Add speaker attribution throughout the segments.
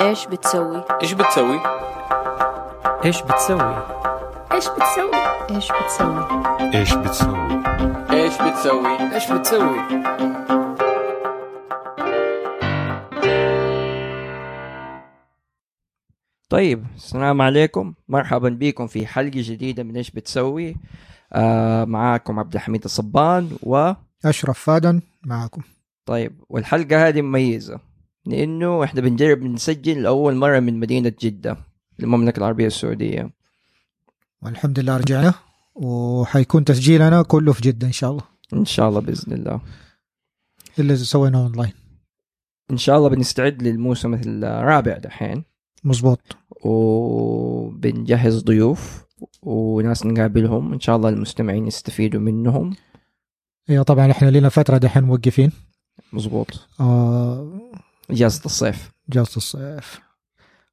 Speaker 1: ايش بتسوي؟
Speaker 2: ايش بتسوي؟
Speaker 3: ايش بتسوي؟
Speaker 1: ايش بتسوي؟ ايش بتسوي؟
Speaker 4: ايش بتسوي
Speaker 2: ايش بتسوي؟
Speaker 3: ايش بتسوي؟ طيب السلام عليكم مرحبا بكم في حلقة جديدة من ايش بتسوي آه معاكم عبد الحميد الصبان و
Speaker 5: اشرف فادن معاكم
Speaker 3: طيب والحلقة هذه مميزة لأنه احنا بنجرب نسجل لأول مرة من مدينة جدة المملكة العربية السعودية
Speaker 5: والحمد لله رجعنا وحيكون تسجيلنا كله في جده ان شاء الله
Speaker 3: إن شاء الله بإذن الله
Speaker 5: اللي سويناه اونلاين
Speaker 3: إن شاء الله بنستعد للموسم الرابع دحين
Speaker 5: مزبوط
Speaker 3: وبنجهز ضيوف وناس نقابلهم إن شاء الله المستمعين يستفيدوا منهم
Speaker 5: ايوه طبعا احنا لنا فتره دحين موقفين
Speaker 3: مزبوط
Speaker 5: آه
Speaker 3: إجازة الصيف
Speaker 5: جلسه الصيف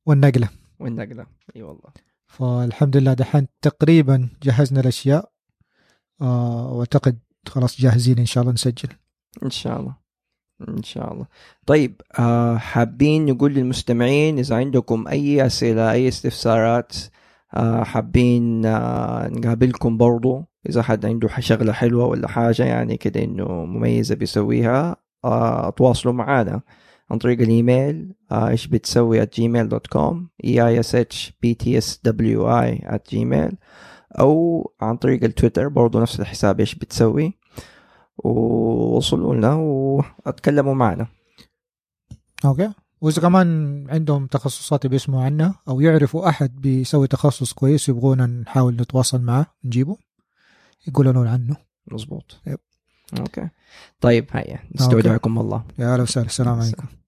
Speaker 5: والنقله
Speaker 3: والنقلة اي والله
Speaker 5: فالحمد لله دحين تقريبا جهزنا الاشياء آه واعتقد خلاص جاهزين ان شاء الله نسجل
Speaker 3: ان شاء الله ان شاء الله طيب آه حابين نقول للمستمعين اذا عندكم اي اسئله اي استفسارات آه حابين آه نقابلكم برضو اذا حد عنده ح- شغله حلوه ولا حاجه يعني كده انه مميزه بيسويها آه تواصلوا معنا عن طريق الايميل آه، ايش بتسوي at gmail.com e i s h b t s w i at gmail او عن طريق التويتر برضو نفس الحساب ايش بتسوي ووصلوا لنا واتكلموا معنا
Speaker 5: اوكي واذا كمان عندهم تخصصات بيسمعوا عنها او يعرفوا احد بيسوي تخصص كويس يبغونا نحاول نتواصل معه نجيبه يقولوا لنا عنه
Speaker 3: مظبوط
Speaker 5: يب.
Speaker 3: اوكي طيب هيا نستودعكم الله
Speaker 5: يا اهلا وسهلا السلام عليكم